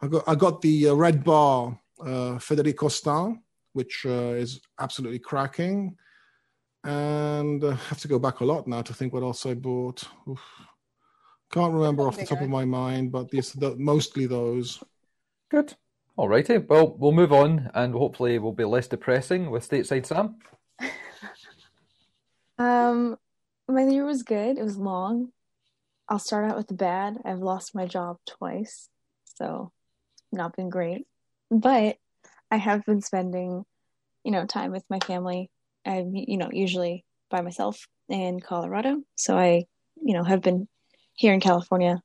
I got I got the uh, red bar uh, Federico Stan, which uh, is absolutely cracking. And uh, I have to go back a lot now to think what else I bought. Oof. Can't remember off the top of my mind, but yes, the, mostly those.
Good. Alrighty. Well, we'll move on, and hopefully we'll be less depressing with Stateside Sam.
*laughs* Um, my year was good. It was long. I'll start out with the bad. I've lost my job twice, so not been great. But I have been spending, you know, time with my family. I'm, you know, usually by myself in Colorado, so I, you know, have been here in California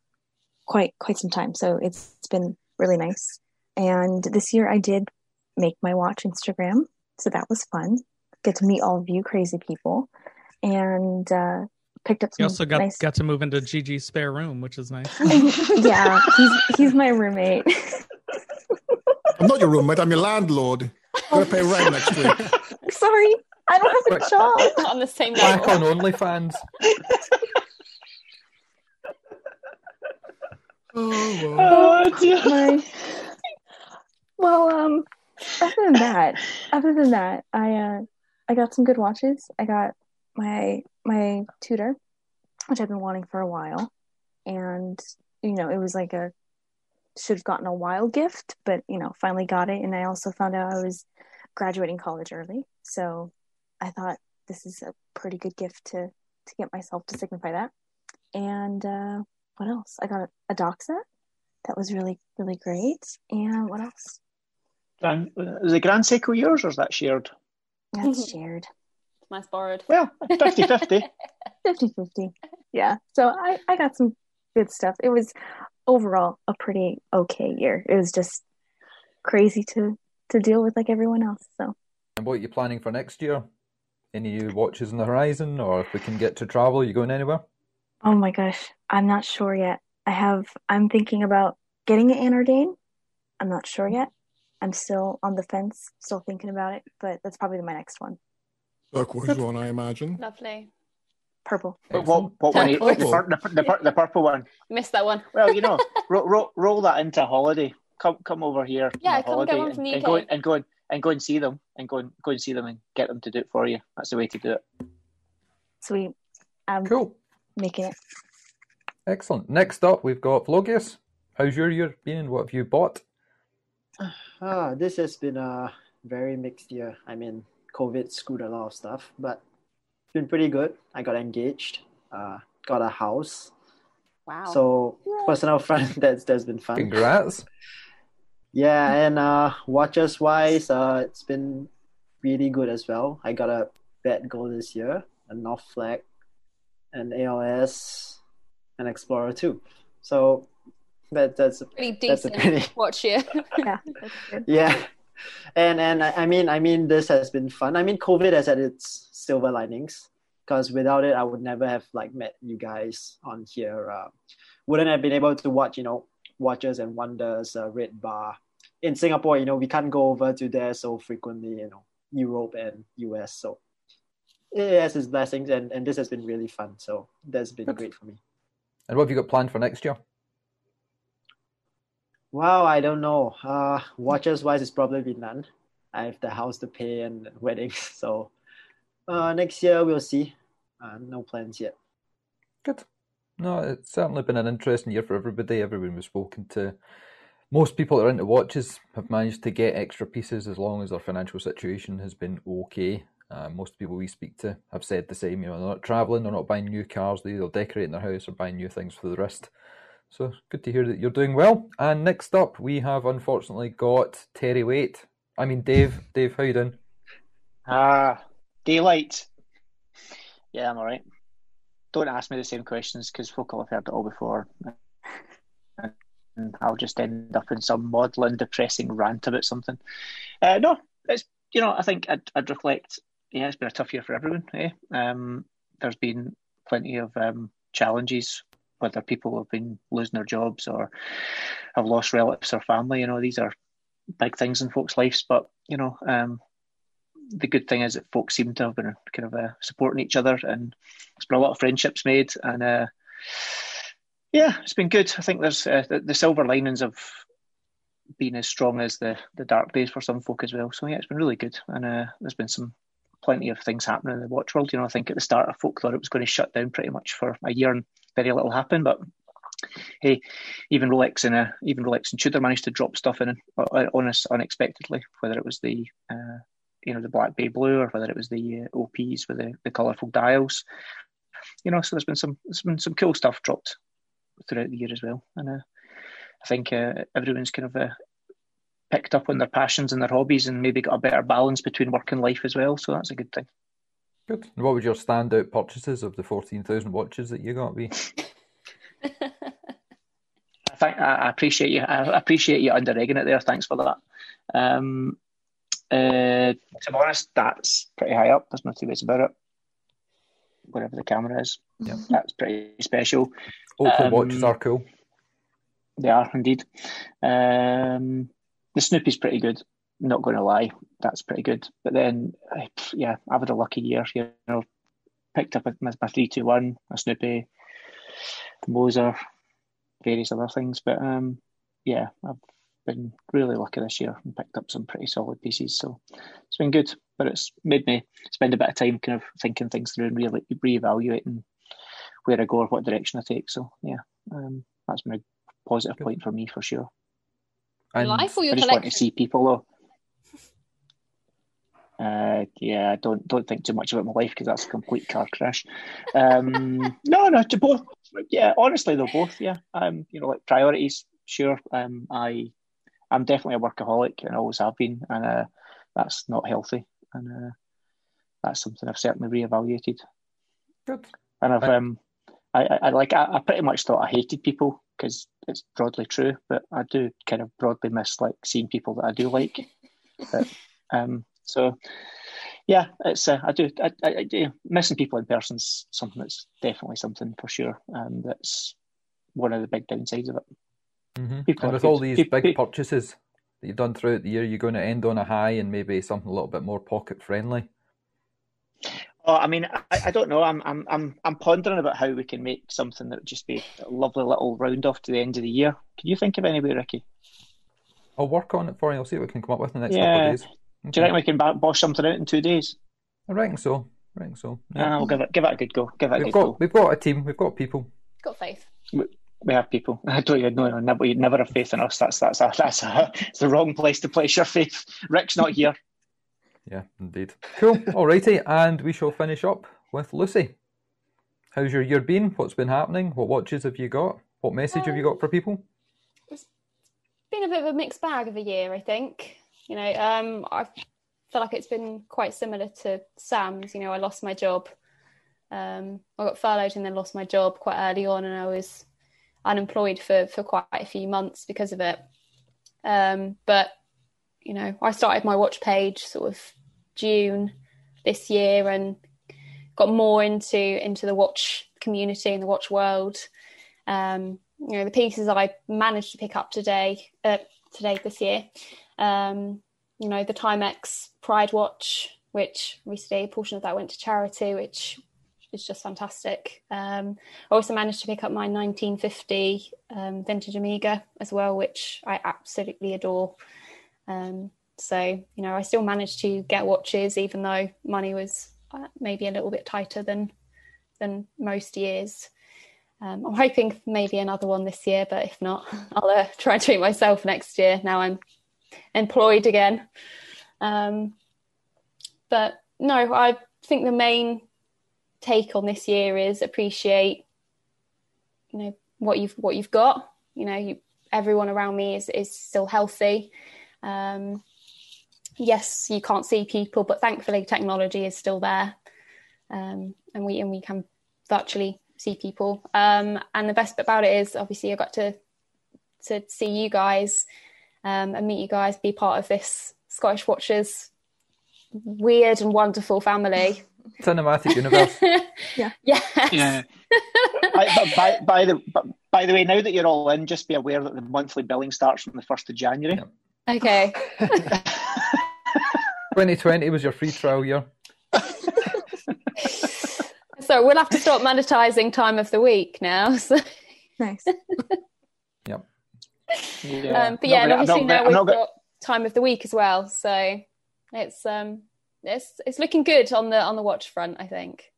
quite quite some time. So it's, it's been really nice. And this year I did make my watch Instagram, so that was fun. Get to meet all of you crazy people and uh, picked up some
You also got
nice.
got to move into Gigi's spare room, which is nice.
yeah, he's he's my roommate. *laughs*
I'm not your roommate. I'm your
*laughs*
landlord. Gonna pay rent next week.
Sorry, I don't have a job.
Not on the same
Back
level.
on OnlyFans.
Oh, well.
*laughs*
Oh,
*laughs*
dear.
my well um other than that other than that i uh i got some good watches i got my my tudor which I've been wanting for a while. And, you know, it was like a should have gotten a wild gift, but, you know, finally got it. And I also found out I was graduating college early. So I thought this is a pretty good gift to, to get myself to signify that. And uh, what else? I got a, a doc set. That was really, really great. And what else?
Grand, is the Grand Seiko yours or is that shared?
*laughs* That's shared.
Mine's borrowed.
Well, 50 50.
50 50 yeah so I, I got some good stuff it was overall a pretty okay year it was just crazy to to deal with like everyone else so
And what are you planning for next year? Any new watches on the horizon, or if we can get to travel, you going anywhere?
oh my gosh i'm not sure yet i have i'm thinking about getting an anordain i'm not sure yet i'm still on the fence still thinking about it but that's probably my next one
Turquoise one, I imagine.
*laughs* Lovely.
purple
But what, what one? The, pur- the, pur- the, pur- the purple one.
Missed that one.
Well, you
*laughs*
know, ro- ro- roll that into a holiday. Come come over here. on
Yeah,
a
come get
holiday
one
and,
from the
and
UK.
go and, and go and, and go and see them and go and go and see them and get them to do it for you. That's the way to do it.
sweet i'm
Cool.
making it
Excellent. Next up, we've got Vlogius. How's your year been and what have you bought?
*laughs* Ah, this has been a very mixed year. I mean, COVID screwed a lot of stuff, but it's been pretty good. I got engaged, uh, got a house.
Wow.
So personal *laughs* front, that's that's been fun.
Congrats.
Yeah, and uh, watches wise, uh, it's been really good as well. I got a bad goal this year, a North Flag, an ALS, an Explorer too. So that that's
pretty
That's a
decent
pity.
watch year.
yeah *laughs* that's good.
yeah and and I, I mean i mean this has been fun i mean covid has had its silver linings because without it i would never have like met you guys on here uh, wouldn't have been able to watch you know watches and wonders uh, red bar in singapore you know we can't go over to there so frequently you know europe and us so it has its blessings and, and this has been really fun so that's been
Good.
great for me
And what have you got planned for next year?
Wow, I don't know. Uh, watches wise, it's probably be none. I have the house to pay and weddings, *laughs* so uh, next year we'll see. Uh, no plans yet.
Good. No, it's certainly been an interesting year for everybody. Everyone we've spoken to. Most people that are into watches have managed to get extra pieces as long as their financial situation has been okay. Uh, most people we speak to have said the same. You know, they're not traveling, they're not buying new cars, they're either decorating their house or buying new things for the rest. So good to hear that you're doing well. And next up, we have unfortunately got Terry Waite. I mean, Dave. Dave, how you doing?
Ah, daylight. Yeah, I'm all right. Don't ask me the same questions because folk will have heard it all before. And I'll just end up in some maudlin, depressing rant about something. Uh, no, it's you know I think I'd, I'd reflect. Yeah, it's been a tough year for everyone. Eh? Um, there's been plenty of um, challenges, whether people have been losing their jobs or have lost relatives or family. You know, these are big things in folks' lives. But you know, um, the good thing is that folks seem to have been kind of uh, supporting each other, and there's been a lot of friendships made, and uh, yeah, it's been good. I think there's uh, the, the silver linings of being as strong as the the dark days for some folk as well. So yeah, it's been really good, and uh, there's been some plenty of things happening in the watch world. You know, I think at the start, of folk thought it was going to shut down pretty much for a year, and very little happened, but. Hey, even Rolex and uh, even Rolex and Tudor managed to drop stuff in uh, on us unexpectedly. Whether it was the uh, you know the black bay blue or whether it was the uh, ops with the, the colorful dials you know so there's been some there's been some cool stuff dropped throughout the year as well and uh, i think uh, everyone's kind of uh, picked up on their passions and their hobbies and maybe got a better balance between work and life as well so that's a good thing
Good. And what would your standout purchases of the fourteen thousand watches that you got be?
I thank, I I appreciate you. I appreciate you under egging it there. Thanks for that. Um, uh, to be honest, that's pretty high up. There's no two ways about it. Wherever the camera is,
Yeah.
that's pretty special.
Oakley watches
Um,
are cool.
They are indeed. Um, the Snoopy's pretty good. Not going to lie, that's pretty good. But then, I- pff, yeah, I've had a lucky year. You know, picked up a, my, my three two one, a Snoopy, Moser, various other things. But um, yeah, I've been really lucky this year and picked up some pretty solid pieces. So it's been good. But it's made me spend a bit of time kind of thinking things through and really reevaluating where I go or what direction I take. So yeah, um, that's my positive point for me for sure.
And
Life or
I
your
just want to
collection?
see people though. Uh, yeah, don't don't think too much about my life because that's a complete car crash. Um, no, no, to both. Yeah, honestly, they're both. Yeah, um, you know, like priorities. Sure, um, I, I'm definitely a workaholic and always have been, and uh, that's not healthy, and uh, that's something I've certainly reevaluated.
Good.
And I've
Right.
um, I, I, I like I, I pretty much thought I hated people because it's broadly true, but I do kind of broadly miss like seeing people that I do like. *laughs* but, um, so yeah, it's uh, I do I, I, I do missing people in person's something that's definitely something for sure, and that's one of the big downsides of it.
Mhm.
People
and
are
with all
good.
these
Peop-
big
peop-
purchases that you've done throughout the year, you're going to end on a high and maybe something a little bit more pocket friendly.
Oh, I mean, I, I don't know. I'm, I'm, I'm, I'm pondering about how we can make something that would just be a lovely little round off to the end of the year. Can you think of any way, Ricky?
I'll work on it for you. I'll see what we can come up with in the next couple
Yeah.
of days.
Do you reckon we can ba- bosh something out in two days?
I reckon so. I reckon so.
Yeah.
Yeah.
Ah, we'll give it, give it a good go. Give it a
we've
good
got
go.
we've got a team. We've got people.
Got faith.
We have people. *laughs* I don't you no, no, never, you'd never have faith in us. That's that's a, that's a, *laughs* it's the wrong place to place your faith. Rick's not here.
Yeah, indeed. *laughs* Cool. Alrighty, and we shall finish up with Lucy. How's your year been? What's been happening? What watches have you got? What message have you got for people?
been a bit of a mixed bag of a year, I think. You know, um, I feel like it's been quite similar to Sam's. You know, I lost my job. Um, I got furloughed and then lost my job quite early on, and I was unemployed for for quite a few months because of it. Um, but you know, I started my watch page sort of June this year and got more into into the watch community and the watch world um, you know the pieces I managed to pick up today uh, today this year um, you know the Timex Pride Watch which recently a portion of that went to charity which is just fantastic um, I also managed to pick up my 1950 um, vintage Amiga as well which I absolutely adore um, so you know I still managed to get watches even though money was uh, maybe a little bit tighter than than most years um, I'm hoping maybe another one this year, but if not, *laughs* I'll uh, try and treat myself next year. Now I'm employed again. Um, but no, I think the main take on this year is appreciate, you know, what you've what you've got. You know, you, everyone around me is is still healthy. Um, yes, you can't see people, but thankfully technology is still there, um, and we and we can virtually see people. Um, and the best bit about it is obviously I got to to see you guys um, and meet you guys, be part of this Scottish Watchers weird and wonderful family.
Cinematic
*laughs*
Universe.
Yeah.
*laughs* Yes.
I, but by, by the but by the way, now that you're all in, just be aware that the monthly billing starts from the first of January.
Yeah.
Okay. *laughs*
2020 was your free trial year.
So we'll have to start monetizing time of the week now. *laughs* So,
Nice.
Yeah.
um, but yeah,
I'm
and
not
obviously
gonna-
now
I'm
we've
not gonna-
got time of the week as well. So it's um it's it's looking good on the on the watch front, I think.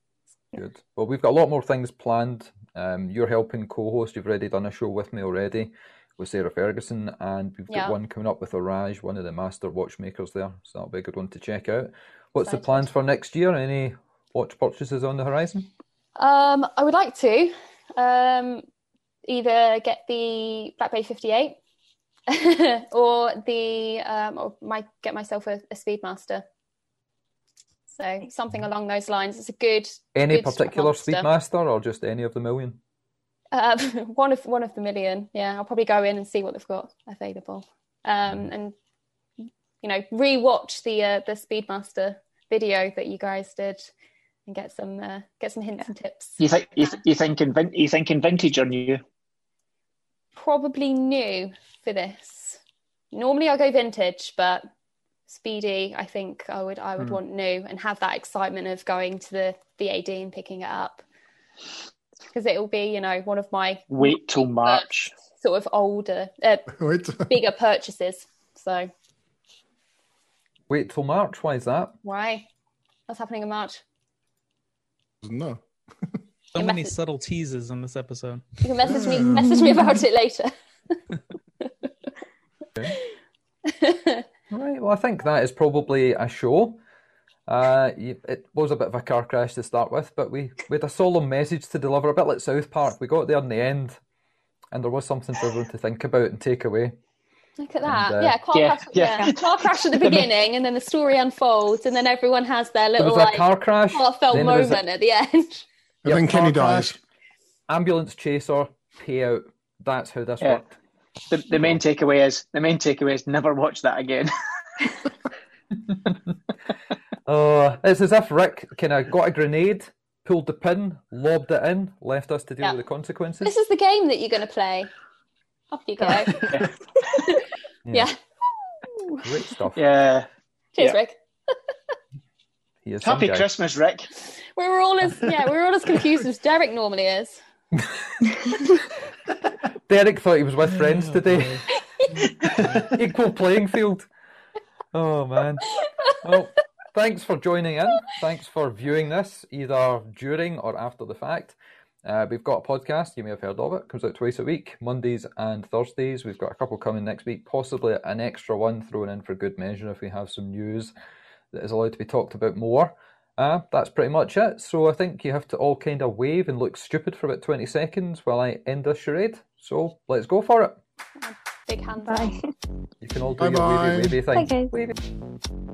Good. Well, we've got a lot more things planned. Um, you're helping co-host. You've already done a show with me already with Sarah Ferguson, and we've
Yeah.
got one coming up with Araj, one of the master watchmakers there. So that'll be a good one to check out. What's the
Excited.
plans for next year? Any watch purchases on the horizon?
Um, I would like to um, either get the BlackBerry 58 *laughs* or the um, or might get myself a, a Speedmaster. So something along those lines. It's a good
Any
Good stuff,
particular
Monster.
Speedmaster, or just any of the million?
uh, *laughs* one of one of the million. Yeah, I'll probably go in and see what they've got available. Um, and you know, rewatch the uh, the Speedmaster video that you guys did and get some uh, get some hints and tips.
you think you, th- you thinking vin- you thinking vintage or new?
probably new for this. Normally I go vintage, but Speedy, I think I would I would want new and have that excitement of going to the the AD and picking it up because it'll be you know one of my
Wait till March.
sort of older uh,
Wait. *laughs*
bigger purchases. So
Wait till March. Why is that?
why? That's happening in March.
no.
So
Your
many
message-
subtle teases in this episode.
You can message me
Yeah.
message me about it later. *laughs*
Right. Well, I think that is probably a show. Uh, y- it was a bit of a car crash to start with, but we, we had a solemn message to deliver, a bit like South Park. We got there in the end, and there was something for everyone to think about and take away.
Look at that.
And, uh,
yeah, car
Yeah,
crash. Yeah.
yeah.
car crash at the
The ma-
beginning, and then the story unfolds, and then everyone has their
There
little
was a
like
car crash.
heartfelt
then there was
moment
a
at the end. *laughs*
And
Yeah,
then Kenny
car crash.
dies.
ambulance chaser payout. That's how this
Yeah.
worked.
The, the main takeaway is the main takeaway is never watch that again. *laughs*
Uh, it's as if Rick kind of got a grenade, pulled the pin, lobbed it in, left us to deal
Yeah.
with the consequences.
This is the game that you're going to play. Off you go. yeah.
Great stuff.
yeah.
Cheers,
Yeah.
Rick.
He is some
Happy
guy.
Christmas, Rick.
We were all as yeah, we were all as confused as Derek normally is.
Derek thought he was with friends
*laughs*
Oh,
today.
boy.
*laughs* Equal playing field. Oh man. Well, thanks for joining in. Thanks for viewing this either during or after the fact. Uh, we've got a podcast. You may have heard of it. Comes out twice a week, Mondays and Thursdays. We've got a couple coming next week. Possibly an extra one thrown in for good measure if we have some news that is allowed to be talked about more. Uh, that's pretty much it. So I think you have to all kind of wave and look stupid for about twenty seconds while I end this charade. So let's go for it.
Big hands. up.
Bye.
You can all do your
Bye-bye.
wavy wavy thing.
Okay.
Wavy.